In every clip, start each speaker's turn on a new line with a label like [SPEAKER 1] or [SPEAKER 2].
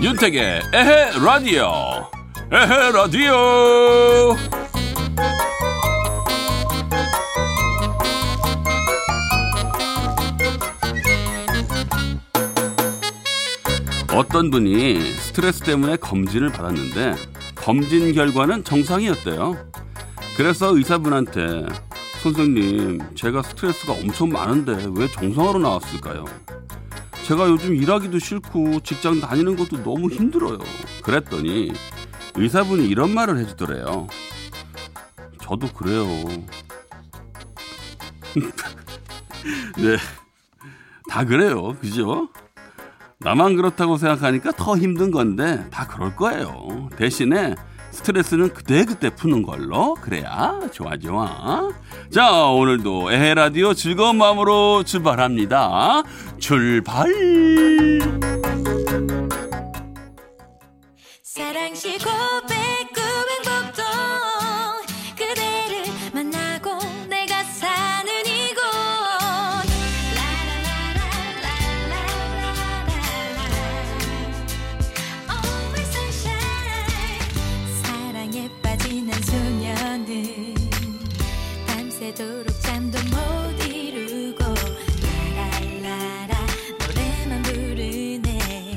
[SPEAKER 1] 윤택의 에헤 라디오 에헤 라디오 어떤 분이 스트레스 때문에 검진을 받았는데 검진 결과는 정상이었대요. 그래서 의사분한테 선생님 제가 스트레스가 엄청 많은데 왜 정상으로 나왔을까요? 제가 요즘 일하기도 싫고 직장 다니는 것도 너무 힘들어요. 그랬더니 의사분이 이런 말을 해주더래요. 저도 그래요. 네. 다 그래요. 그죠? 나만 그렇다고 생각하니까 더 힘든 건데 다 그럴 거예요. 대신에 스트레스는 그때그때 푸는 걸로 그래야 좋아 좋아. 자 오늘도 에헤라디오 즐거운 마음으로 출발합니다. 출발.
[SPEAKER 2] 사랑시 고백 구행복동 그대를 만나고 내가 사는 이곳 라라라라라라라라 Always sunshine 사랑에 빠진 한 소녀는 밤새도록 잠도 못 이루고 라라라라 노래만 부르네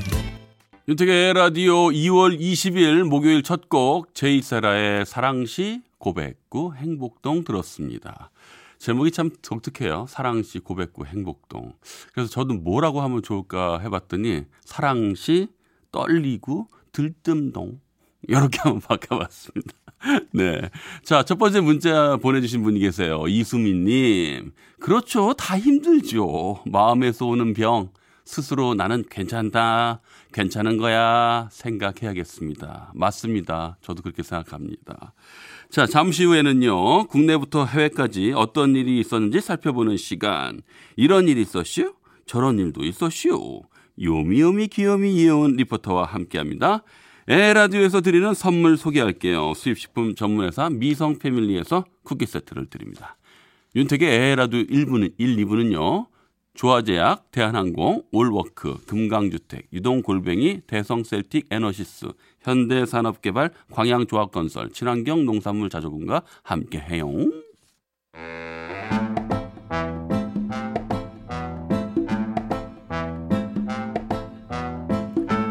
[SPEAKER 1] 윤택의 에헤라디오 2월 20일 목요일 첫 곡 제이사라의 사랑시 고백구 행복동 들었습니다. 제목이 참 독특해요. 사랑시 고백구 행복동. 그래서 저도 뭐라고 하면 좋을까 해봤더니 사랑시 떨리고 들뜸동 이렇게 한번 바꿔봤습니다. 네. 자, 첫 번째 문자 보내주신 분이 계세요. 이수민님. 그렇죠. 다 힘들죠. 마음에서 오는 병. 스스로 나는 괜찮다. 괜찮은 거야. 생각해야겠습니다. 맞습니다. 저도 그렇게 생각합니다. 자, 잠시 후에는요. 국내부터 해외까지 어떤 일이 있었는지 살펴보는 시간. 이런 일이 있었슈? 저런 일도 있었슈. 요미요미 귀요미 이혜원 리포터와 함께합니다. 에라디오에서 드리는 선물 소개할게요. 수입식품 전문회사 미성 패밀리에서 쿠키 세트를 드립니다. 윤택의 에라디오 1부는 1, 2부는요. 조화제약, 대한항공, 올워크, 금강주택, 유동골뱅이, 대성셀틱, 에너시스, 현대산업개발, 광양조합건설, 친환경 농산물 자조금과 함께해요.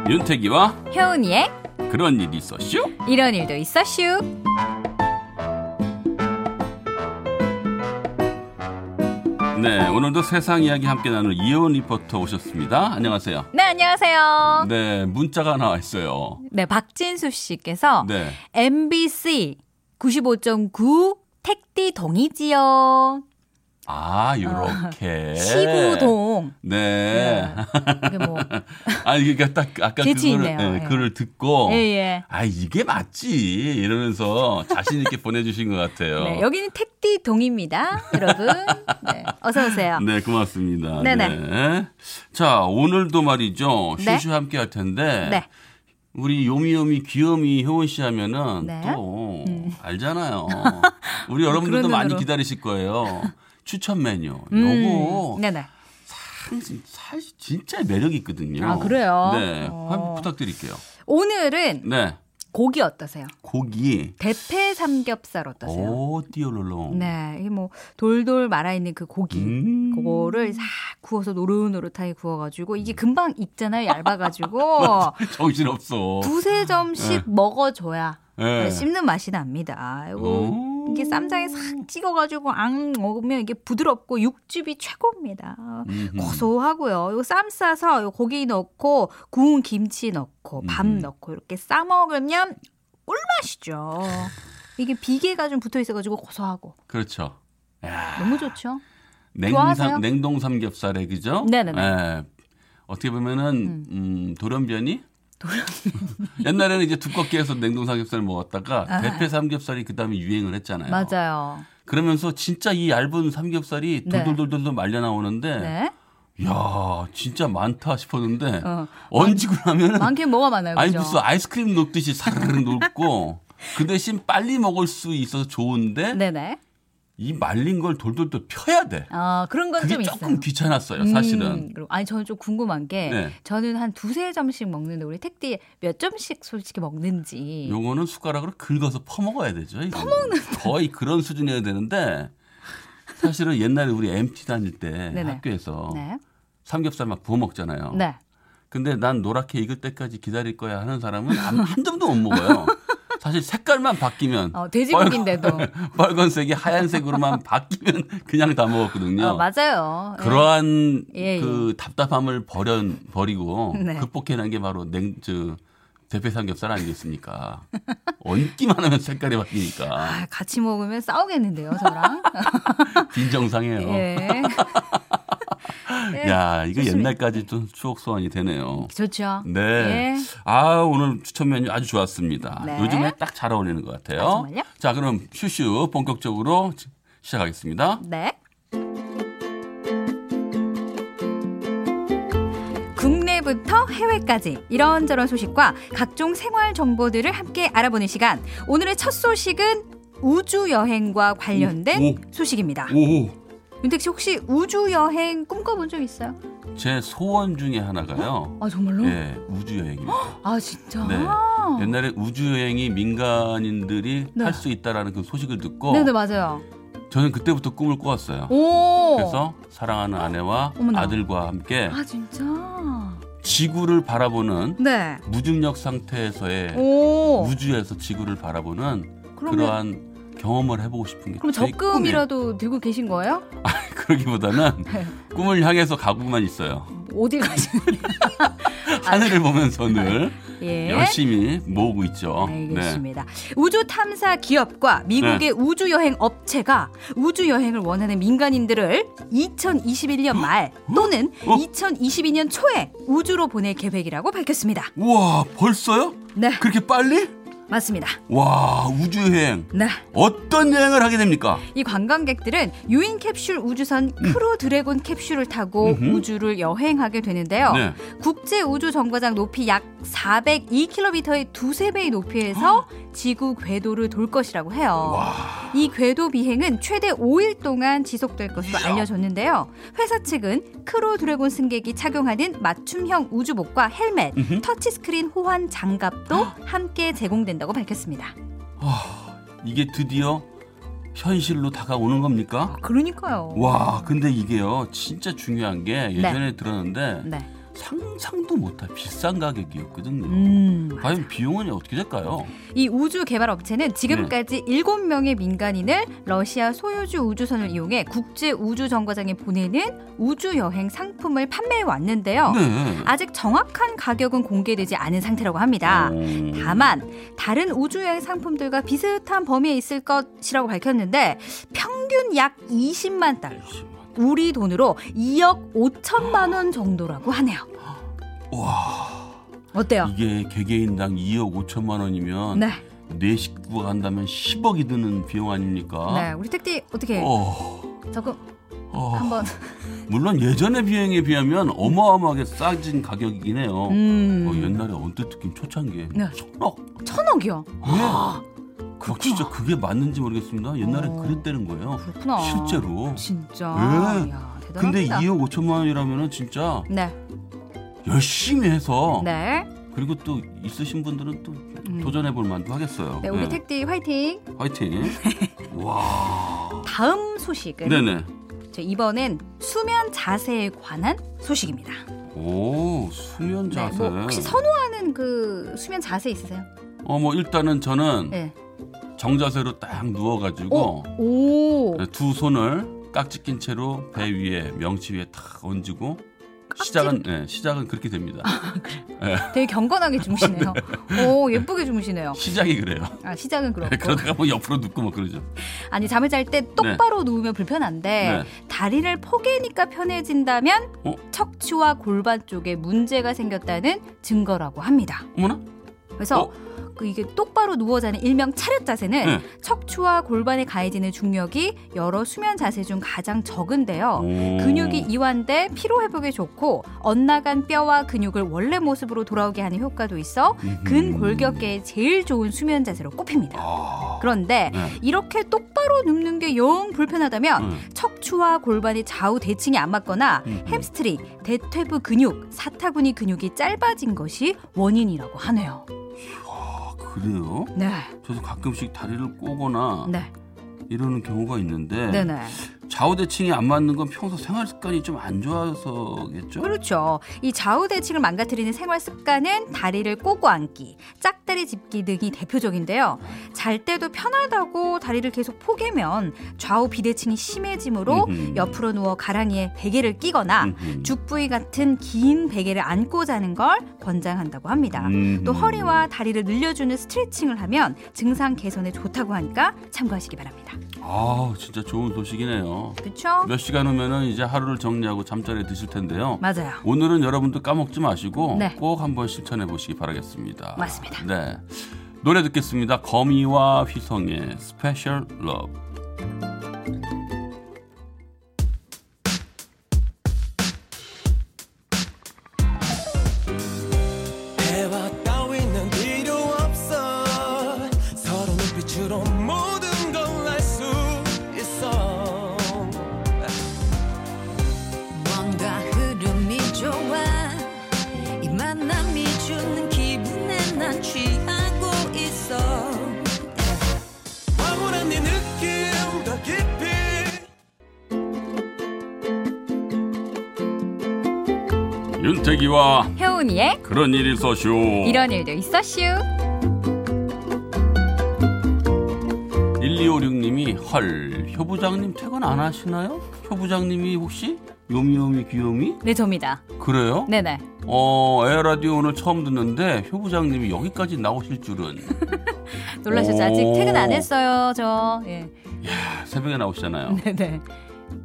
[SPEAKER 1] 윤태기와
[SPEAKER 3] 효은이의
[SPEAKER 1] 그런 일이 있었슈?
[SPEAKER 3] 이런 일도 있었슈.
[SPEAKER 1] 네, 오늘도 세상 이야기 함께 나눌 이혜원 리포터 오셨습니다. 안녕하세요.
[SPEAKER 3] 네, 안녕하세요. 네,
[SPEAKER 1] 네, 문자가 나와 있어요.
[SPEAKER 3] 박진수 씨께서
[SPEAKER 1] 네.
[SPEAKER 3] MBC 95.9 택디 동이지요.
[SPEAKER 1] 아, 요렇게.
[SPEAKER 3] 시구동.
[SPEAKER 1] 네.
[SPEAKER 3] 이게 뭐,
[SPEAKER 1] 아니, 그러니까 딱 아까
[SPEAKER 3] 재치
[SPEAKER 1] 그거를,
[SPEAKER 3] 있네요.
[SPEAKER 1] 예,
[SPEAKER 3] 예.
[SPEAKER 1] 그거를 듣고.
[SPEAKER 3] 예, 예.
[SPEAKER 1] 아, 이게 맞지. 이러면서 자신있게 보내주신 것 같아요.
[SPEAKER 3] 네, 여기는 택디 동입니다, 여러분. 네, 어서 오세요.
[SPEAKER 1] 네, 고맙습니다.
[SPEAKER 3] 네네.
[SPEAKER 1] 네. 자, 오늘도 말이죠.
[SPEAKER 3] 네.
[SPEAKER 1] 슈슈 함께 할 텐데.
[SPEAKER 3] 네.
[SPEAKER 1] 우리 요미요미 귀요미 효원 씨 하면은
[SPEAKER 3] 네.
[SPEAKER 1] 또 알잖아요. 우리 여러분들도
[SPEAKER 3] 그런
[SPEAKER 1] 많이
[SPEAKER 3] 눈으로.
[SPEAKER 1] 기다리실 거예요. 추천 메뉴.
[SPEAKER 3] 음,
[SPEAKER 1] 요거
[SPEAKER 3] 네네.
[SPEAKER 1] 사실, 사실 진짜 매력이 있거든요.
[SPEAKER 3] 아, 그래요?
[SPEAKER 1] 네.
[SPEAKER 3] 어.
[SPEAKER 1] 한번 부탁드릴게요.
[SPEAKER 3] 오늘은
[SPEAKER 1] 네.
[SPEAKER 3] 고기 어떠세요?
[SPEAKER 1] 고기.
[SPEAKER 3] 대패 삼겹살 어떠세요?
[SPEAKER 1] 오, 띠올롤롱.
[SPEAKER 3] 네, 이게 뭐 돌돌 말아 있는 그 고기.
[SPEAKER 1] 음.
[SPEAKER 3] 그거를 싹 구워서 노릇노릇하게 구워가지고 이게 금방 익잖아요
[SPEAKER 1] 어.
[SPEAKER 3] 얇아가지고
[SPEAKER 1] 정신없어.
[SPEAKER 3] 두세
[SPEAKER 1] 네.
[SPEAKER 3] 점씩 먹어줘야
[SPEAKER 1] 예. 어.
[SPEAKER 3] 씹는 맛이 납니다 이거
[SPEAKER 1] 오.
[SPEAKER 3] 네, 이게 쌈장에 싹 찍어가지고 앙 먹으면 이게 부드럽고 육즙이 최고입니다
[SPEAKER 1] 음흠.
[SPEAKER 3] 고소하고요 이거 쌈 싸서 요 고기 넣고 구운 김치 넣고 밥
[SPEAKER 1] 음.
[SPEAKER 3] 넣고 이렇게 싸 먹으면 꿀맛이죠 이게 비계가 좀 붙어 있어가지고 고소하고
[SPEAKER 1] 그렇죠. 야.
[SPEAKER 3] 너무 좋죠 좋아하세요?
[SPEAKER 1] 냉삼, 냉동 삼겹살에 그죠?
[SPEAKER 3] 네네네.
[SPEAKER 1] 예. 어떻게 보면은 음, 돌연변이? 옛날에는 이제 두껍게 해서 냉동 삼겹살을 먹었다가 대패 삼겹살이 그다음에 유행을 했잖아요.
[SPEAKER 3] 아, 맞아요
[SPEAKER 1] 그러면서 진짜 이 얇은 삼겹살이
[SPEAKER 3] 네.
[SPEAKER 1] 돌돌돌돌돌 말려 나오는데
[SPEAKER 3] 네.
[SPEAKER 1] 야 진짜 많다 싶었는데
[SPEAKER 3] 어.
[SPEAKER 1] 얹고 나면은
[SPEAKER 3] 많긴 뭐가 많아요.
[SPEAKER 1] 아니
[SPEAKER 3] 그죠?
[SPEAKER 1] 무슨 아이스크림 녹듯이 사르르 녹고 그 대신 빨리 먹을 수 있어서 좋은데
[SPEAKER 3] 네네.
[SPEAKER 1] 이 말린 걸 돌돌돌 펴야 돼.
[SPEAKER 3] 아 그런 건
[SPEAKER 1] 그게
[SPEAKER 3] 좀 있어요.
[SPEAKER 1] 조금 귀찮았어요,
[SPEAKER 3] 음,
[SPEAKER 1] 사실은.
[SPEAKER 3] 그럼- 아니 저는 좀 궁금한 게
[SPEAKER 1] 네.
[SPEAKER 3] 저는 한 두세 점씩 먹는데 우리 택디 몇 점씩 솔직히 먹는지
[SPEAKER 1] 요거는 숟가락으로 긁어서 퍼먹어야 되죠. 퍼먹는 거의 그런 수준이어야 되는데 사실은 옛날에 우리 MT 다닐 때
[SPEAKER 3] 네네.
[SPEAKER 1] 학교에서
[SPEAKER 3] 네.
[SPEAKER 1] 삼겹살 막 부어 먹잖아요.
[SPEAKER 3] 네.
[SPEAKER 1] 근데 난 노랗게 익을 때까지 기다릴 거야 하는 사람은 안- 한 점도 못 먹어요. 사실 색깔만 바뀌면
[SPEAKER 3] 어, 돼지고기인데도
[SPEAKER 1] 빨간, 색이 하얀색으로만 바뀌면 그냥 다 먹었거든요.
[SPEAKER 3] 어, 맞아요. 예.
[SPEAKER 1] 그러한
[SPEAKER 3] 예, 예.
[SPEAKER 1] 그 답답함을 버려 버리고
[SPEAKER 3] 네.
[SPEAKER 1] 극복해낸 게 바로 냉저 대패 삼겹살 아니겠습니까? 얹기만 하면 색깔이 바뀌니까
[SPEAKER 3] 아, 같이 먹으면 싸우겠는데요, 저랑.
[SPEAKER 1] 어. 빈정상해요.
[SPEAKER 3] 예. 예,
[SPEAKER 1] 야 이거
[SPEAKER 3] 좋습니다.
[SPEAKER 1] 옛날까지 좀 추억 소환이 되네요.
[SPEAKER 3] 좋죠.
[SPEAKER 1] 네.
[SPEAKER 3] 예.
[SPEAKER 1] 아, 오늘 추천 메뉴 아주 좋았습니다.
[SPEAKER 3] 네.
[SPEAKER 1] 요즘에 딱 잘 어울리는 것 같아요.
[SPEAKER 3] 아, 정말요?
[SPEAKER 1] 자, 그럼 슈슈 본격적으로 지- 시작하겠습니다.
[SPEAKER 3] 네. 국내부터 해외까지 이런저런 소식과 각종 생활 정보들을 함께 알아보는 시간. 오늘의 첫 소식은 우주 여행과 관련된
[SPEAKER 1] 오,
[SPEAKER 3] 소식입니다.
[SPEAKER 1] 오,
[SPEAKER 3] 윤택 씨 혹시 우주 여행 꿈꿔본 적 있어요?
[SPEAKER 1] 제 소원 중에 하나가요.
[SPEAKER 3] 아 정말로?
[SPEAKER 1] 예, 우주 여행입니다.
[SPEAKER 3] 아 진짜?
[SPEAKER 1] 네. 옛날에 우주 여행이 민간인들이
[SPEAKER 3] 네.
[SPEAKER 1] 할 수 있다라는 그 소식을 듣고
[SPEAKER 3] 네네 맞아요.
[SPEAKER 1] 저는 그때부터 꿈을 꾸었어요.
[SPEAKER 3] 오.
[SPEAKER 1] 네. 그래서 사랑하는 아내와
[SPEAKER 3] 어머나.
[SPEAKER 1] 아들과 함께
[SPEAKER 3] 아 진짜?
[SPEAKER 1] 지구를 바라보는
[SPEAKER 3] 네.
[SPEAKER 1] 무중력 상태에서의
[SPEAKER 3] 오.
[SPEAKER 1] 네. 우주에서 지구를 바라보는
[SPEAKER 3] 그러면
[SPEAKER 1] 그러한 경험을 해보고 싶은 게
[SPEAKER 3] 그럼
[SPEAKER 1] 저의 꿈이에요.
[SPEAKER 3] 적금이라도 들고 계신 거예요?
[SPEAKER 1] 그러기보다는
[SPEAKER 3] 네.
[SPEAKER 1] 꿈을 향해서 가고만 있어요.
[SPEAKER 3] 어디 가시는?
[SPEAKER 1] 하늘을 보면서 늘
[SPEAKER 3] 예.
[SPEAKER 1] 열심히 모으고 있죠.
[SPEAKER 3] 알겠습니다. 우주 탐사 기업과 미국의
[SPEAKER 1] 네.
[SPEAKER 3] 우주 여행 업체가 우주 여행을 원하는 민간인들을 2021년 말 또는
[SPEAKER 1] 어?
[SPEAKER 3] 2022년 초에 우주로 보낼 계획이라고 밝혔습니다.
[SPEAKER 1] 우와 벌써요?
[SPEAKER 3] 네,
[SPEAKER 1] 그렇게 빨리?
[SPEAKER 3] 맞습니다.
[SPEAKER 1] 와 우주 여행
[SPEAKER 3] 네.
[SPEAKER 1] 어떤 여행을 하게 됩니까?
[SPEAKER 3] 이 관광객들은 유인 캡슐 우주선 크루 드래곤 캡슐을 타고
[SPEAKER 1] 음. 음흠.
[SPEAKER 3] 우주를 여행하게 되는데요.
[SPEAKER 1] 네.
[SPEAKER 3] 국제 우주 정거장 높이 약 402km의 두세 배의 높이에서 지구 궤도를 돌 것이라고 해요.
[SPEAKER 1] 와
[SPEAKER 3] 이 궤도 비행은 최대 5일 동안 지속될 것으로 알려졌는데요. 회사 측은 크로 드래곤 승객이 착용하는 맞춤형 우주복과 헬멧,
[SPEAKER 1] 음흠.
[SPEAKER 3] 터치스크린 호환 장갑도 함께 제공된다고 밝혔습니다.
[SPEAKER 1] 이게 드디어 현실로 다가오는 겁니까?
[SPEAKER 3] 그러니까요.
[SPEAKER 1] 와 근데 이게요 진짜 중요한 게 예전에 들었는데
[SPEAKER 3] 네.
[SPEAKER 1] 상상도 못할 비싼 가격이었거든요.
[SPEAKER 3] 음.
[SPEAKER 1] 과연 비용은 어떻게 될까요?
[SPEAKER 3] 이 우주 개발 업체는
[SPEAKER 1] 네.
[SPEAKER 3] 지금까지 7명의 민간인을 러시아 소유주 우주선을 이용해 국제 우주 정거장에 보내는 우주 여행 상품을 판매해 왔는데요.
[SPEAKER 1] 네.
[SPEAKER 3] 아직 정확한 가격은 공개되지 않은 상태라고 합니다.
[SPEAKER 1] 음.
[SPEAKER 3] 다만 다른 우주여행 상품들과 비슷한 범위에 있을 것이라고 밝혔는데 평균 약 20만 달러 우리 돈으로 2억 5천만 원 정도라고 하네요.
[SPEAKER 1] 와
[SPEAKER 3] 어때요?
[SPEAKER 1] 이게 개개인당 2억 5천만 원이면
[SPEAKER 3] 네,
[SPEAKER 1] 네 식구가 간다면 10억이 드는 비용
[SPEAKER 3] 네,
[SPEAKER 1] 아닙니까?
[SPEAKER 3] 우리 택디 어떻게
[SPEAKER 1] 어,
[SPEAKER 3] 조금
[SPEAKER 1] 어.
[SPEAKER 3] 한번
[SPEAKER 1] 물론 예전의 비행에 비하면 어마어마하게 싸진 가격이긴 해요. 어,
[SPEAKER 3] 음
[SPEAKER 1] 옛날에 언뜻 듣긴 초창기에
[SPEAKER 3] 네.
[SPEAKER 1] 천억.
[SPEAKER 3] 천억이요?
[SPEAKER 1] 아, 진짜 그게 맞는지 모르겠습니다. 옛날에
[SPEAKER 3] 어.
[SPEAKER 1] 그랬다는 거예요.
[SPEAKER 3] 그렇구나.
[SPEAKER 1] 실제로.
[SPEAKER 3] 진짜.
[SPEAKER 1] 예.
[SPEAKER 3] 이야, 대단합니다.
[SPEAKER 1] 근데 2억 5천만 원이라면 진짜
[SPEAKER 3] 네,
[SPEAKER 1] 열심히 해서
[SPEAKER 3] 네, 음.
[SPEAKER 1] 그리고 또 있으신 분들은 또 도전해 볼 만도 하겠어요.
[SPEAKER 3] 네, 우리
[SPEAKER 1] 네.
[SPEAKER 3] 택디 화이팅.
[SPEAKER 1] 화이팅. 와.
[SPEAKER 3] 다음 소식은
[SPEAKER 1] 네네.
[SPEAKER 3] 저 이번엔 수면 자세에 관한 소식입니다.
[SPEAKER 1] 오 수면
[SPEAKER 3] 네,
[SPEAKER 1] 자세.
[SPEAKER 3] 뭐 혹시 선호하는 그 수면 자세 있으세요?
[SPEAKER 1] 어뭐 일단은 저는
[SPEAKER 3] 네.
[SPEAKER 1] 정자세로 딱 누워가지고
[SPEAKER 3] 오.
[SPEAKER 1] 네, 두 손을 깍지 낀 채로 배 위에 명치 위에 탁 얹고 시작은 네, 시작은 그렇게 됩니다.
[SPEAKER 3] 아, 되게 경건하게 주무시네요. 오, 예쁘게 주무시네요.
[SPEAKER 1] 시작이 그래요.
[SPEAKER 3] 아, 시작은 그렇고.
[SPEAKER 1] 네, 그러다가 뭐 옆으로 눕고 막 그러죠.
[SPEAKER 3] 아니, 잠을 잘 때 똑바로
[SPEAKER 1] 네.
[SPEAKER 3] 누우면 불편한데 다리를 포개니까 편해진다면
[SPEAKER 1] 어?
[SPEAKER 3] 척추와 골반 쪽에 문제가 생겼다는 증거라고 합니다.
[SPEAKER 1] 어머나.
[SPEAKER 3] 그래서
[SPEAKER 1] 어?
[SPEAKER 3] 그 이게 똑바로 누워 자는 일명 차렷 자세는
[SPEAKER 1] 네.
[SPEAKER 3] 척추와 골반에 가해지는 중력이 여러 수면 자세 중 가장 적은데요.
[SPEAKER 1] 오.
[SPEAKER 3] 어, 근육이 이완돼 피로 회복에 좋고 엇나간 뼈와 근육을 원래 모습으로 돌아오게 하는 효과도 있어 근골격계에 제일 좋은 수면 자세로 꼽힙니다.
[SPEAKER 1] 음. 아.
[SPEAKER 3] 그런데
[SPEAKER 1] 네.
[SPEAKER 3] 이렇게 똑바로 눕는 게 영 불편하다면
[SPEAKER 1] 음.
[SPEAKER 3] 척추와 골반이 좌우 대칭이 안 맞거나
[SPEAKER 1] 음.
[SPEAKER 3] 햄스트링, 대퇴부 근육, 사타구니 근육이 짧아진 것이 원인이라고 하네요.
[SPEAKER 1] 아, 그래요?
[SPEAKER 3] 네,
[SPEAKER 1] 저도 가끔씩 다리를 꼬거나
[SPEAKER 3] 네,
[SPEAKER 1] 이러는 경우가 있는데
[SPEAKER 3] 네, 네.
[SPEAKER 1] 좌우 대칭이 안 맞는 건 평소 생활 습관이 좀 안 좋아서겠죠?
[SPEAKER 3] 그렇죠. 이 좌우 대칭을 망가뜨리는 생활 습관은 다리를 꼬고 앉기, 짝다리 짚기 등이 대표적인데요. 잘 때도 편하다고 다리를 계속 포개면 좌우 비대칭이 심해지므로
[SPEAKER 1] 음흠.
[SPEAKER 3] 옆으로 누워 가랑이에 베개를 끼거나
[SPEAKER 1] 음흠.
[SPEAKER 3] 죽부위 같은 긴 베개를 안고 자는 걸 권장한다고 합니다.
[SPEAKER 1] 음흠.
[SPEAKER 3] 또 허리와 다리를 늘려주는 스트레칭을 하면 증상 개선에 좋다고 하니까 참고하시기 바랍니다.
[SPEAKER 1] 아 진짜 좋은 소식이네요.
[SPEAKER 3] 그렇죠?
[SPEAKER 1] 몇 시간 후면은 이제 하루를 정리하고 잠자리에 드실 텐데요.
[SPEAKER 3] 맞아요.
[SPEAKER 1] 오늘은 여러분도 까먹지 마시고
[SPEAKER 3] 네.
[SPEAKER 1] 꼭 한번 실천해 보시기 바라겠습니다.
[SPEAKER 3] 맞습니다.
[SPEAKER 1] 네. 노래 듣겠습니다. 거미와 휘성의 스페셜 러브.
[SPEAKER 4] 대화 따위는 필요 없어 서로 눈빛으로 모든 걸 알 수 있어
[SPEAKER 2] 뭔가 흐름이
[SPEAKER 1] 그렇죠.
[SPEAKER 2] 좋아 이 만남이 주는 기분에 난 취하고 있어
[SPEAKER 4] 황홀한 네 느낌 더 깊이
[SPEAKER 1] 윤태기와
[SPEAKER 3] 혜은이의
[SPEAKER 1] 그런 일이 있었쇼.
[SPEAKER 3] 이런 일도 있었슈.
[SPEAKER 1] 1256님이 헐 효부장님 퇴근 안 하시나요? 효부장님이 혹시 요미요미 귀요미?
[SPEAKER 3] 네, 저입니다.
[SPEAKER 1] 그래요?
[SPEAKER 3] 네네.
[SPEAKER 1] 어 에어라디오 오늘 처음 듣는데 효부장님이 여기까지 나오실 줄은
[SPEAKER 3] 놀라셨죠? 아직
[SPEAKER 1] 오.
[SPEAKER 3] 퇴근 안 했어요, 저. 예.
[SPEAKER 1] 새벽에 나오시잖아요.
[SPEAKER 3] 네네.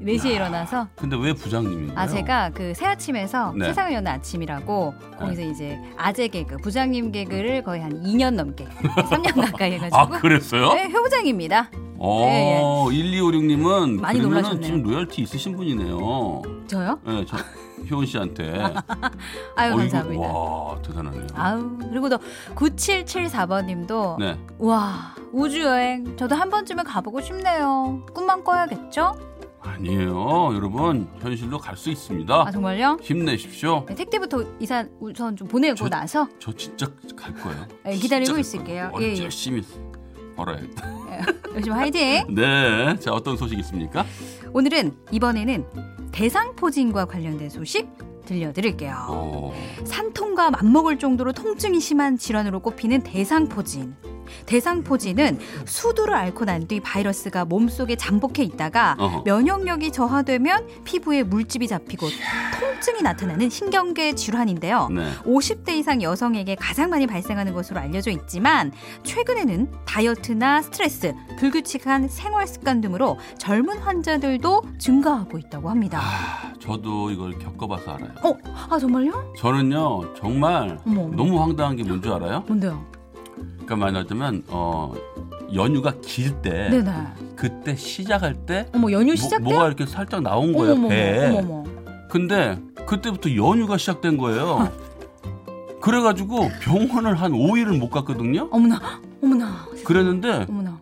[SPEAKER 3] 4시에 일어나서.
[SPEAKER 1] 근데 왜 부장님인가요?
[SPEAKER 3] 아, 제가 그 새 아침에서
[SPEAKER 1] 네.
[SPEAKER 3] 세상을 여는 아침이라고 거기서 이제 아재 개그, 부장님 개그를 거의 한 2년 넘게, 3년 가까이 해가지고.
[SPEAKER 1] 아 그랬어요?
[SPEAKER 3] 네, 효부장입니다.
[SPEAKER 1] 어 1256님은
[SPEAKER 3] 많이
[SPEAKER 1] 그러면은
[SPEAKER 3] 놀라셨네요.
[SPEAKER 1] 지금 로열티 있으신 분이네요.
[SPEAKER 3] 저요?
[SPEAKER 1] 예, 저 효은 씨한테.
[SPEAKER 3] 아유,
[SPEAKER 1] 어이구,
[SPEAKER 3] 감사합니다.
[SPEAKER 1] 와 대단하네요.
[SPEAKER 3] 아우 그리고 또 9774번님도
[SPEAKER 1] 네.
[SPEAKER 3] 와 우주 여행 저도 한 번쯤은 가보고 싶네요. 꿈만 꿔야겠죠?
[SPEAKER 1] 아니에요, 여러분 현실로 갈 수 있습니다.
[SPEAKER 3] 아 정말요?
[SPEAKER 1] 힘내십시오.
[SPEAKER 3] 네, 택배부터 이사 우선 좀 보내고
[SPEAKER 1] 저-
[SPEAKER 3] 나서
[SPEAKER 1] 저 진짜 갈 거예요.
[SPEAKER 3] 예, 기다리고
[SPEAKER 1] 진짜 갈 거예요.
[SPEAKER 3] 있을게요.
[SPEAKER 1] 머리
[SPEAKER 3] 예, 예.
[SPEAKER 1] 열심히 벌어요.
[SPEAKER 3] 열심히 화이팅.
[SPEAKER 1] 네, 자 어떤 소식 있습니까?
[SPEAKER 3] 오늘은 이번에는 대상포진과 관련된 소식 들려드릴게요.
[SPEAKER 1] 오,
[SPEAKER 3] 산통과 맞먹을 정도로 통증이 심한 질환으로 꼽히는 대상포진. 대상포진은 수두를 앓고 난 뒤 바이러스가 몸속에 잠복해 있다가
[SPEAKER 1] 어허.
[SPEAKER 3] 면역력이 저하되면 피부에 물집이 잡히고 통증이 나타나는 신경계 질환인데요.
[SPEAKER 1] 네.
[SPEAKER 3] 50대 이상 여성에게 가장 많이 발생하는 것으로 알려져 있지만 최근에는 다이어트나 스트레스, 불규칙한 생활 습관 등으로 젊은 환자들도 증가하고 있다고 합니다.
[SPEAKER 1] 아, 저도 이걸 겪어봐서 알아요.
[SPEAKER 3] 어, 아 정말요?
[SPEAKER 1] 저는요 정말
[SPEAKER 3] 어머, 어머.
[SPEAKER 1] 너무 황당한 게 뭔지 알아요?
[SPEAKER 3] 뭔데요?
[SPEAKER 1] 그러니까 말하자면 어 연휴가 길 때
[SPEAKER 3] 네네.
[SPEAKER 1] 그때 시작할 때
[SPEAKER 3] 어머 연휴
[SPEAKER 1] 뭐,
[SPEAKER 3] 시작 때?
[SPEAKER 1] 뭐가 이렇게 살짝 나온 거야
[SPEAKER 3] 어머머,
[SPEAKER 1] 배에.
[SPEAKER 3] 어머머.
[SPEAKER 1] 근데 그때부터 연휴가 시작된 거예요. 그래가지고 병원을 한 5일을 못 갔거든요.
[SPEAKER 3] 어머나, 어머나,
[SPEAKER 1] 그랬는데
[SPEAKER 3] 어머나.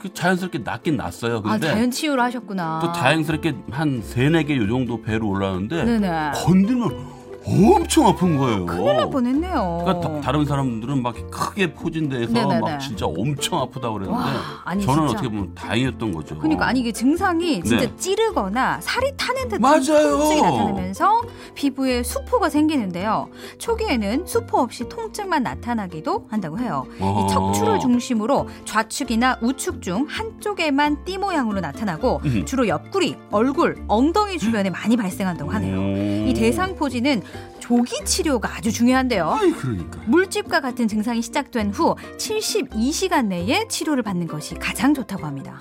[SPEAKER 1] 그 자연스럽게 낫긴 났어요.
[SPEAKER 3] 아
[SPEAKER 1] 근데
[SPEAKER 3] 자연 치유를 하셨구나.
[SPEAKER 1] 또 다행스럽게 한 세네 개 요 정도 배로 올라오는데
[SPEAKER 3] 네네.
[SPEAKER 1] 건들면 엄청 아픈 거예요.
[SPEAKER 3] 큰일 날 뻔했네요.
[SPEAKER 1] 뭐. 그러니까 다, 다른 사람들은 막 크게 포진 데에서
[SPEAKER 3] 어. 네네네.
[SPEAKER 1] 막 진짜 엄청 아프다고 그랬는데
[SPEAKER 3] 와, 아니,
[SPEAKER 1] 저는
[SPEAKER 3] 진짜.
[SPEAKER 1] 어떻게 보면 다행이었던 거죠.
[SPEAKER 3] 그러니까 아니 이게 증상이 진짜
[SPEAKER 1] 네.
[SPEAKER 3] 찌르거나 살이 타는 듯한
[SPEAKER 1] 맞아요.
[SPEAKER 3] 통증이 나타나면서 피부에 수포가 생기는데요. 초기에는 수포 없이 통증만 나타나기도 한다고 해요.
[SPEAKER 1] 와.
[SPEAKER 3] 이 척추를 중심으로 좌측이나 우측 중 한쪽에만 띠 모양으로 나타나고
[SPEAKER 1] 음.
[SPEAKER 3] 주로 옆구리, 얼굴, 엉덩이 주변에 많이 발생한다고 하네요.
[SPEAKER 1] 음.
[SPEAKER 3] 이 대상포진은 조기 치료가 아주 중요한데요.
[SPEAKER 1] 아이, 그러니까.
[SPEAKER 3] 물집과 같은 증상이 시작된 후 72시간 내에 치료를 받는 것이 가장 좋다고 합니다.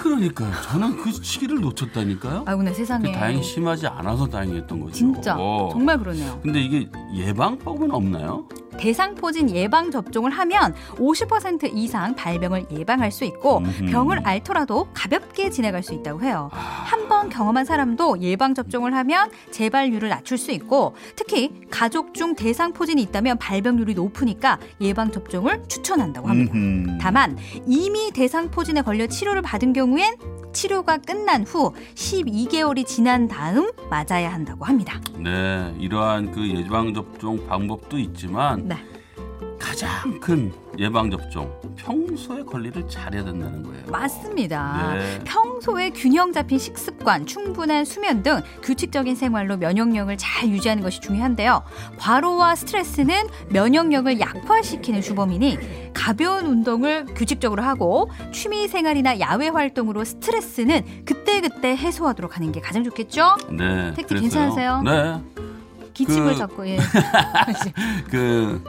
[SPEAKER 1] 그러니까요. 저는 그 시기를 놓쳤다니까요.
[SPEAKER 3] 아이고나
[SPEAKER 1] 그
[SPEAKER 3] 세상에.
[SPEAKER 1] 다행히 심하지 않아서 다행이었던 거죠.
[SPEAKER 3] 진짜
[SPEAKER 1] 어.
[SPEAKER 3] 정말 그러네요.
[SPEAKER 1] 근데 이게 예방법은 없나요?
[SPEAKER 3] 대상포진 예방 접종을 하면 50% 이상 발병을 예방할 수 있고
[SPEAKER 1] 음흠. 아.
[SPEAKER 3] 병을 앓더라도 가볍게 지나갈 수 있다고 해요. 한 번 경험한 사람도 예방 접종을 하면 재발률을 낮출 수 있고 특히 가족 중 대상포진이 있다면 발병률이 높으니까 예방 접종을 추천한다고 합니다.
[SPEAKER 1] 음흠.
[SPEAKER 3] 다만 이미 대상포진에 걸려 치료를 받은 경우엔 치료가 끝난 후 12개월이 지난 다음 맞아야 한다고 합니다.
[SPEAKER 1] 네, 이러한 그 예방 접종 방법도 있지만
[SPEAKER 3] 네.
[SPEAKER 1] 가장 큰 예방 접종 평소에 관리를 잘해야 된다는 거예요.
[SPEAKER 3] 맞습니다.
[SPEAKER 1] 네.
[SPEAKER 3] 평소에 균형 잡힌 식습관, 충분한 수면 등 규칙적인 생활로 면역력을 잘 유지하는 것이 중요한데요. 과로와 스트레스는 면역력을 약화시키는 주범이니 가벼운 운동을 규칙적으로 하고 취미 생활이나 야외 활동으로 스트레스는 그때그때 해소하도록 하는 게 가장 좋겠죠?
[SPEAKER 1] 네.
[SPEAKER 3] 택디
[SPEAKER 1] 그래서요.
[SPEAKER 3] 괜찮으세요?
[SPEAKER 1] 네.
[SPEAKER 3] 기침을
[SPEAKER 1] 그-
[SPEAKER 3] 자꾸 예.
[SPEAKER 1] 그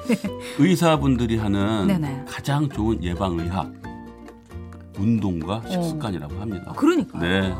[SPEAKER 1] 의사분들이 하는
[SPEAKER 3] 네네.
[SPEAKER 1] 가장 좋은 예방 의학 운동과 식습관이라고 합니다.
[SPEAKER 3] 어. 그러니까.
[SPEAKER 1] 네.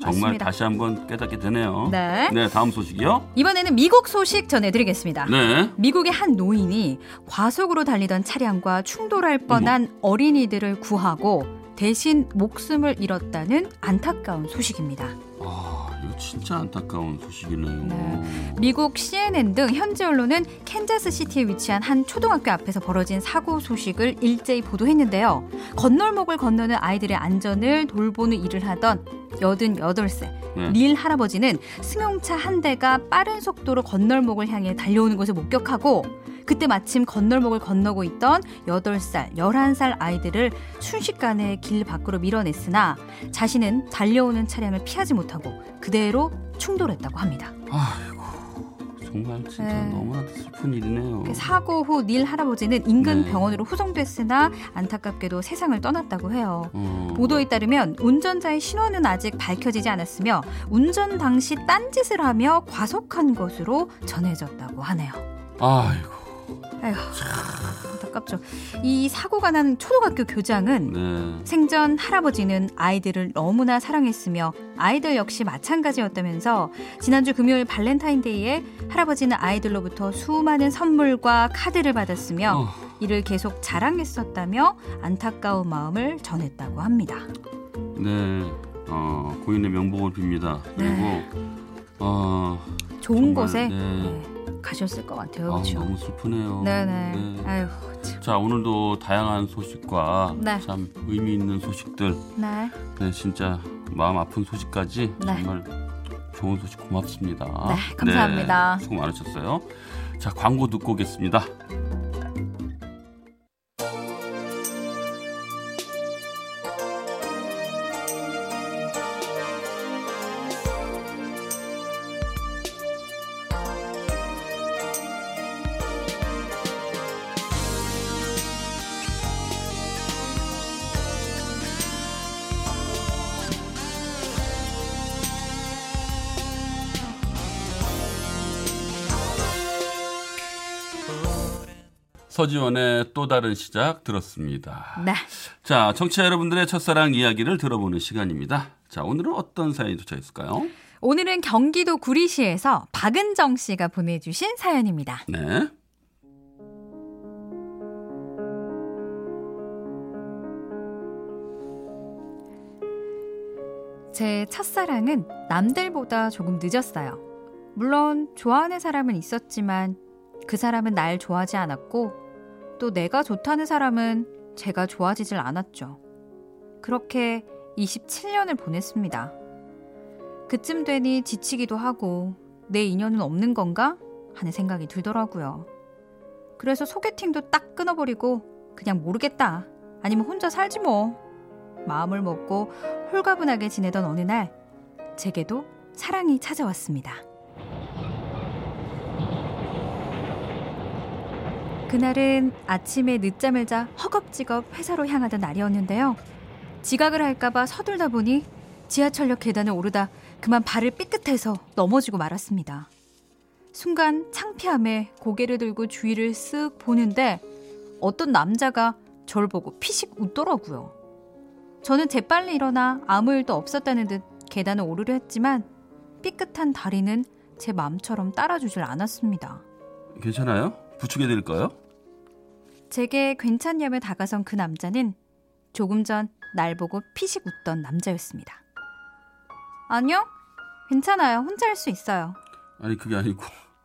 [SPEAKER 1] 정말
[SPEAKER 3] 맞습니다.
[SPEAKER 1] 다시 한번 깨닫게 되네요.
[SPEAKER 3] 네.
[SPEAKER 1] 다음 소식이요.
[SPEAKER 3] 이번에는 미국 소식 전해드리겠습니다.
[SPEAKER 1] 네.
[SPEAKER 3] 미국의 한 노인이 과속으로 달리던 차량과 충돌할 뻔한 어린이들을 구하고 대신 목숨을 잃었다는 안타까운 소식입니다.
[SPEAKER 1] 아, 이거 진짜 안타까운 소식이네요.
[SPEAKER 3] 네. 미국 CNN 등 현지 언론은 캔자스 시티에 위치한 한 초등학교 앞에서 벌어진 사고 소식을 일제히 보도했는데요. 건널목을 건너는 아이들의 안전을 돌보는 일을 하던 88세
[SPEAKER 1] 네.
[SPEAKER 3] 릴 할아버지는 승용차 한 대가 빠른 속도로 건널목을 향해 달려오는 것을 목격하고 그때 마침 건널목을 건너고 있던 8살, 11살 아이들을 순식간에 길 밖으로 밀어냈으나 자신은 달려오는 차량을 피하지 못하고 그대로 충돌했다고 합니다.
[SPEAKER 1] 정말 진짜
[SPEAKER 3] 네.
[SPEAKER 1] 너무나 슬픈 일이네요.
[SPEAKER 3] 그 사고 후 닐 할아버지는 인근
[SPEAKER 1] 네.
[SPEAKER 3] 병원으로 후송됐으나 안타깝게도 세상을 떠났다고 해요.
[SPEAKER 1] 어,
[SPEAKER 3] 보도에 따르면 운전자의 신원은 아직 밝혀지지 않았으며 운전 당시 딴짓을 하며 과속한 것으로 전해졌다고 하네요.
[SPEAKER 1] 아이고.
[SPEAKER 3] 에휴, 안타깝죠. 이 사고가 난 초등학교 교장은
[SPEAKER 1] 네.
[SPEAKER 3] 생전 할아버지는 아이들을 너무나 사랑했으며 아이들 역시 마찬가지였다면서 지난주 금요일 발렌타인데이에 할아버지는 아이들로부터 수많은 선물과 카드를 받았으며
[SPEAKER 1] 어,
[SPEAKER 3] 이를 계속 자랑했었다며 안타까운 마음을 전했다고 합니다.
[SPEAKER 1] 네. 어, 고인의 명복을 빕니다. 그리고 어, 정말,
[SPEAKER 3] 좋은 네. 곳에
[SPEAKER 1] 네.
[SPEAKER 3] 네, 가셨을 것 같아요.
[SPEAKER 1] 아,
[SPEAKER 3] 그렇죠?
[SPEAKER 1] 너무 슬프네요.
[SPEAKER 3] 네네.
[SPEAKER 1] 네.
[SPEAKER 3] 아유, 참.
[SPEAKER 1] 자 오늘도 다양한 소식과
[SPEAKER 3] 네.
[SPEAKER 1] 참 의미 있는 소식들
[SPEAKER 3] 네.
[SPEAKER 1] 네 진짜 마음 아픈 소식까지
[SPEAKER 3] 네.
[SPEAKER 1] 정말 좋은 소식 고맙습니다
[SPEAKER 3] 네, 감사합니다.
[SPEAKER 1] 네, 수고 많으셨어요 자 광고 듣고 오겠습니다 서지원의 또 다른 시작 들었습니다
[SPEAKER 3] 네.
[SPEAKER 1] 자 청취자 여러분들의 첫사랑 이야기를 들어보는 시간입니다 자 오늘은 어떤 사연이 도착했을까요
[SPEAKER 3] 오늘은 경기도 구리시에서 박은정 씨가 보내주신 사연입니다.
[SPEAKER 1] 네
[SPEAKER 3] 제 첫사랑은 남들보다 조금 늦었어요. 물론 좋아하는 사람은 있었지만 그 사람은 날 좋아하지 않았고 또 내가 좋다는 사람은 제가 좋아지질 않았죠. 그렇게 27년을 보냈습니다. 그쯤 되니 지치기도 하고 내 인연은 없는 건가 하는 생각이 들더라고요. 그래서 소개팅도 딱 끊어버리고 그냥 모르겠다 아니면 혼자 살지 뭐 마음을 먹고 홀가분하게 지내던 어느 날 제게도 사랑이 찾아왔습니다. 그날은 아침에 늦잠을 자 허겁지겁 회사로 향하던 날이었는데요. 지각을 할까봐 서둘다 보니 지하철역 계단을 오르다 그만 발을 삐끗해서 넘어지고 말았습니다. 순간 창피함에 고개를 들고 주위를 쓱 보는데 어떤 남자가 저를 보고 피식 웃더라고요. 저는 재빨리 일어나 아무 일도 없었다는 듯 계단을 오르려 했지만 삐끗한 다리는 제 마음처럼 따라주질 않았습니다.
[SPEAKER 1] 괜찮아요 부축해 드릴까요
[SPEAKER 3] 제게 괜찮냐며 다가선 그 남자는 조금 전 날 보고 피식 웃던 남자였습니다. 아니요, 괜찮아요. 혼자 할 수 있어요.
[SPEAKER 1] 아니 그게 아니고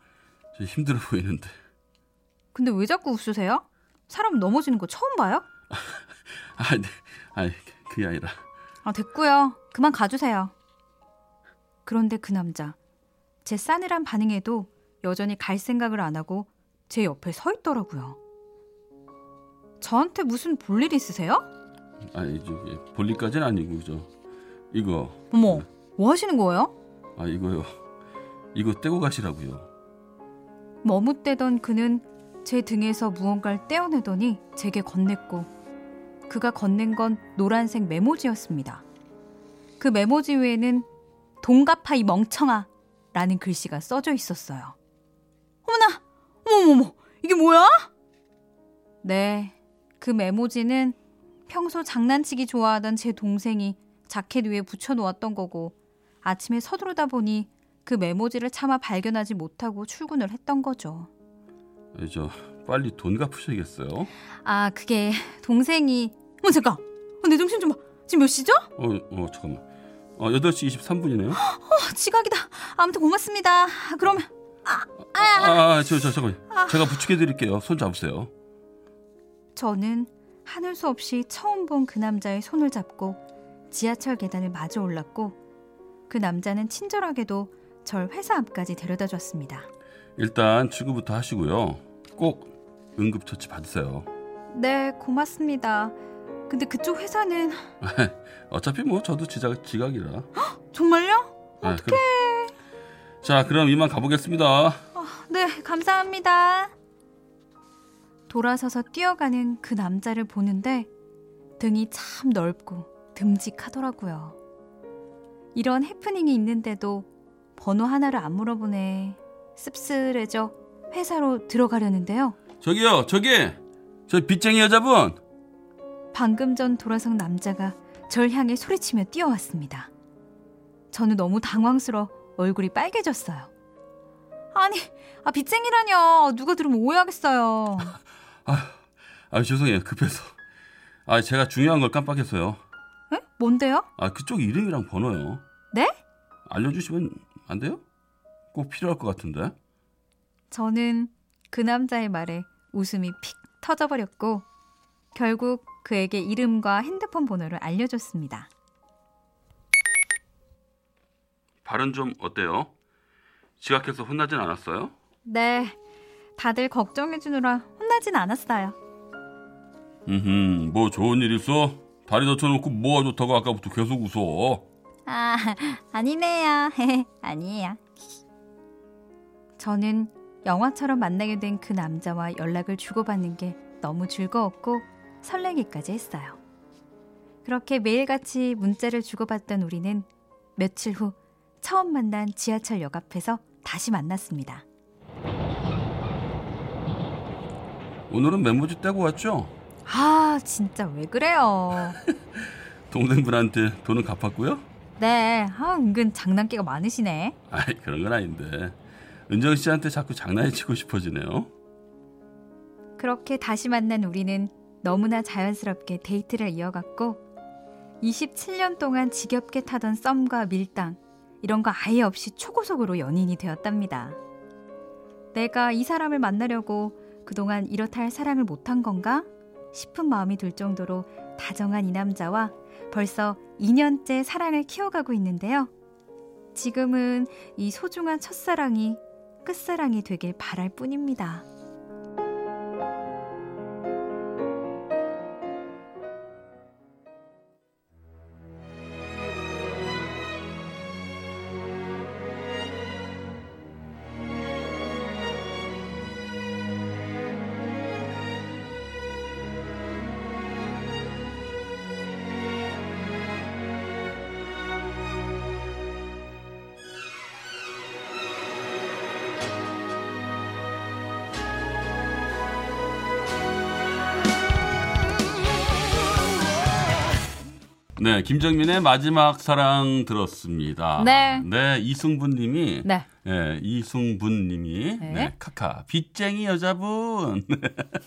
[SPEAKER 1] 저 힘들어 보이는데.
[SPEAKER 3] 근데 왜 자꾸 웃으세요? 사람 넘어지는 거 처음 봐요?
[SPEAKER 1] 아니, 네. 아니 그게 아니라.
[SPEAKER 3] 아, 됐고요. 그만 가주세요. 그런데 그 남자, 제 싸늘한 반응에도 여전히 갈 생각을 안 하고 제 옆에 서 있더라고요. 저한테 무슨 볼일 있으세요?
[SPEAKER 1] 아니 저기 볼일까지는 아니고 저 이거
[SPEAKER 3] 어머, 뭐 하시는 거예요?
[SPEAKER 1] 아 이거요. 이거 떼고 가시라고요.
[SPEAKER 3] 머뭇대던 그는 제 등에서 무언가를 떼어내더니 제게 건넸고 그가 건넨 건 노란색 메모지였습니다. 그 메모지 위에는 동갑하 이 멍청아 라는 글씨가 써져 있었어요. 어머나! 어머머머! 이게 뭐야? 네, 그 메모지는 평소 장난치기 좋아하던 제 동생이 자켓 위에 붙여놓았던 거고 아침에 서두르다 보니 그 메모지를 차마 발견하지 못하고 출근을 했던 거죠.
[SPEAKER 1] 아니, 저 빨리 돈 갚으셔야겠어요. 어,
[SPEAKER 3] 아, 그게 동생이 어머 잠깐. 어, 내 정신 좀 봐. 지금 몇 시죠? 아,
[SPEAKER 1] 어 잠깐만. 어 8시 23분이네요.
[SPEAKER 3] 어, 지각이다. 아무튼 고맙습니다. 아, 그러면
[SPEAKER 1] 아, 저, 저, 잠깐만. 제가 부축해 드릴게요. 손 잡으세요.
[SPEAKER 3] 저는 하늘 수 없이 처음 본 그 남자의 손을 잡고 지하철 계단을 마주 올랐고 그 남자는 친절하게도 절 회사 앞까지 데려다 줬습니다.
[SPEAKER 1] 일단 출구부터 하시고요. 꼭 응급처치 받으세요.
[SPEAKER 3] 네, 고맙습니다. 근데 그쪽 회사는
[SPEAKER 1] 어차피 뭐 저도 지각, 지각이라.
[SPEAKER 3] 정말요?
[SPEAKER 1] 어떡해. 자, 그럼 이만 가보겠습니다.
[SPEAKER 3] 네, 감사합니다. 돌아서서 뛰어가는 그 남자를 보는데 등이 참 넓고 듬직하더라고요. 이런 해프닝이 있는데도 번호 하나를 안 물어보네. 씁쓸해져 회사로 들어가려는데요.
[SPEAKER 1] 저기요, 저기! 저 빚쟁이 여자분!
[SPEAKER 3] 방금 전 돌아선 남자가 절 향해 소리치며 뛰어왔습니다. 저는 너무 당황스러워 얼굴이 빨개졌어요. 아니, 아 빚쟁이라뇨. 누가 들으면 오해하겠어요.
[SPEAKER 1] 아, 죄송해요. 급해서. 아, 제가 중요한 걸 깜빡했어요.
[SPEAKER 3] 에? 뭔데요?
[SPEAKER 1] 아, 그쪽 이름이랑 번호요.
[SPEAKER 3] 네?
[SPEAKER 1] 알려주시면 안 돼요? 꼭 필요할 것 같은데.
[SPEAKER 3] 저는 그 남자의 말에 웃음이 픽 터져버렸고 결국 그에게 이름과 핸드폰 번호를 알려줬습니다.
[SPEAKER 1] 발은 좀 어때요? 지각해서 혼나진 않았어요?
[SPEAKER 3] 네, 다들 걱정해주느라 혼나진 않았어요.
[SPEAKER 1] 음, 뭐 좋은 일 있어? 다리 다쳐놓고 뭐가 좋다고 아까부터 계속 웃어.
[SPEAKER 3] 아, 아니네요. 아니에요. 저는 영화처럼 만나게 된 그 남자와 연락을 주고받는 게 너무 즐거웠고 설레기까지 했어요. 그렇게 매일같이 문자를 주고받던 우리는 며칠 후 처음 만난 지하철역 앞에서 다시 만났습니다.
[SPEAKER 1] 오늘은 메모지 떼고 왔죠?
[SPEAKER 3] 아, 진짜 왜 그래요?
[SPEAKER 1] 동생분한테 돈은 갚았고요?
[SPEAKER 3] 네, 아, 은근 장난기가 많으시네.
[SPEAKER 1] 아이, 그런 건 아닌데. 은정 씨한테 자꾸 장난치고 싶어지네요.
[SPEAKER 3] 그렇게 다시 만난 우리는 너무나 자연스럽게 데이트를 이어갔고 27년 동안 지겹게 타던 썸과 밀당 이런 거 아예 없이 초고속으로 연인이 되었답니다. 내가 이 사람을 만나려고 그동안 이렇다 할 사랑을 못한 건가 싶은 마음이 들 정도로 다정한 이 남자와 벌써 2년째 사랑을 키워가고 있는데요. 지금은 이 소중한 첫사랑이 끝사랑이 되길 바랄 뿐입니다.
[SPEAKER 1] 네, 김정민의 마지막 사랑 들었습니다.
[SPEAKER 3] 네.
[SPEAKER 1] 네, 이승분 님이
[SPEAKER 3] 네.
[SPEAKER 1] 예, 이승분 님이
[SPEAKER 3] 네.
[SPEAKER 1] 네, 카카 빚쟁이 여자분.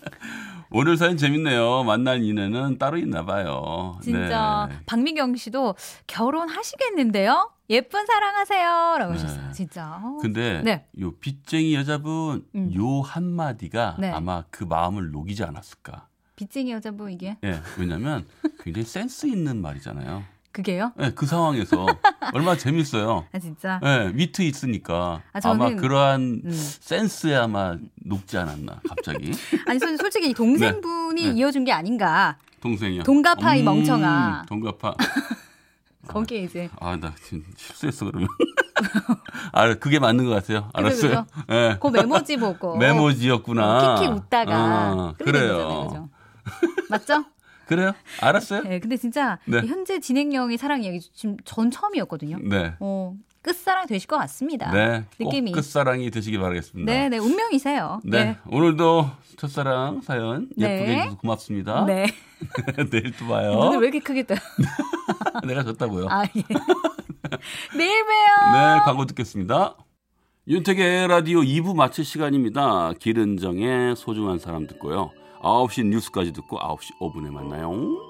[SPEAKER 1] 오늘 사연 재밌네요. 만날 인연은 따로 있나 봐요.
[SPEAKER 3] 진짜
[SPEAKER 1] 네.
[SPEAKER 3] 박미경 씨도 결혼하시겠는데요? 예쁜 사랑하세요라고
[SPEAKER 1] 네.
[SPEAKER 3] 하셨어요. 진짜. 어우,
[SPEAKER 1] 근데
[SPEAKER 3] 네.
[SPEAKER 1] 요 빚쟁이 여자분
[SPEAKER 3] 음.
[SPEAKER 1] 요 한마디가
[SPEAKER 3] 네.
[SPEAKER 1] 아마 그 마음을 녹이지 않았을까.
[SPEAKER 3] 빚쟁이 여자분 이게
[SPEAKER 1] 예, 왜냐면 굉장히 센스 있는 말이잖아요.
[SPEAKER 3] 그게요?
[SPEAKER 1] 예, 그 상황에서 얼마나 재밌어요.
[SPEAKER 3] 아 진짜.
[SPEAKER 1] 예, 위트 있으니까
[SPEAKER 3] 아, 저는-
[SPEAKER 1] 아마 그러한
[SPEAKER 3] 음.
[SPEAKER 1] 센스에 아마 녹지 않았나 갑자기
[SPEAKER 3] 아니 저는 솔직히 이 동생분이
[SPEAKER 1] 네. 네.
[SPEAKER 3] 이어준 게 아닌가.
[SPEAKER 1] 동생이요. 음,
[SPEAKER 3] 동갑아, 이 멍청아.
[SPEAKER 1] 동갑아.
[SPEAKER 3] 거기에 이제
[SPEAKER 1] 아 나 지금 실수했어 그러면. 아 그게 맞는 것 같아요. 알았어요. 예.
[SPEAKER 3] 그 메모지 보고 어,
[SPEAKER 1] 메모지였구나.
[SPEAKER 3] 키키 웃다가
[SPEAKER 1] 어,
[SPEAKER 3] 그래요.
[SPEAKER 1] 그래요.
[SPEAKER 3] 맞죠?
[SPEAKER 1] 그래요? 알았어요?
[SPEAKER 3] 네, 근데 진짜
[SPEAKER 1] 네.
[SPEAKER 3] 현재 진행형의 사랑 이야기 지금 전 처음이었거든요.
[SPEAKER 1] 네.
[SPEAKER 3] 어, 끝사랑 되실 것 같습니다.
[SPEAKER 1] 네. 꼭
[SPEAKER 3] 느낌이.
[SPEAKER 1] 끝사랑이 되시길 바라겠습니다.
[SPEAKER 3] 네, 네, 운명이세요.
[SPEAKER 1] 네. 오늘도 첫사랑 사연
[SPEAKER 3] 네.
[SPEAKER 1] 예쁘게 해주셔서 고맙습니다.
[SPEAKER 3] 네.
[SPEAKER 1] 내일 또 봐요.
[SPEAKER 3] 눈을 왜 이렇게 크게 떠요?
[SPEAKER 1] 내가 졌다고요.
[SPEAKER 3] 아, 예. 내일 봬요.
[SPEAKER 1] 네, 광고 듣겠습니다. 윤택의 라디오 2부 마칠 시간입니다. 기른정의 소중한 사람 듣고요. 9시 뉴스까지 듣고 9시 5분에 만나요.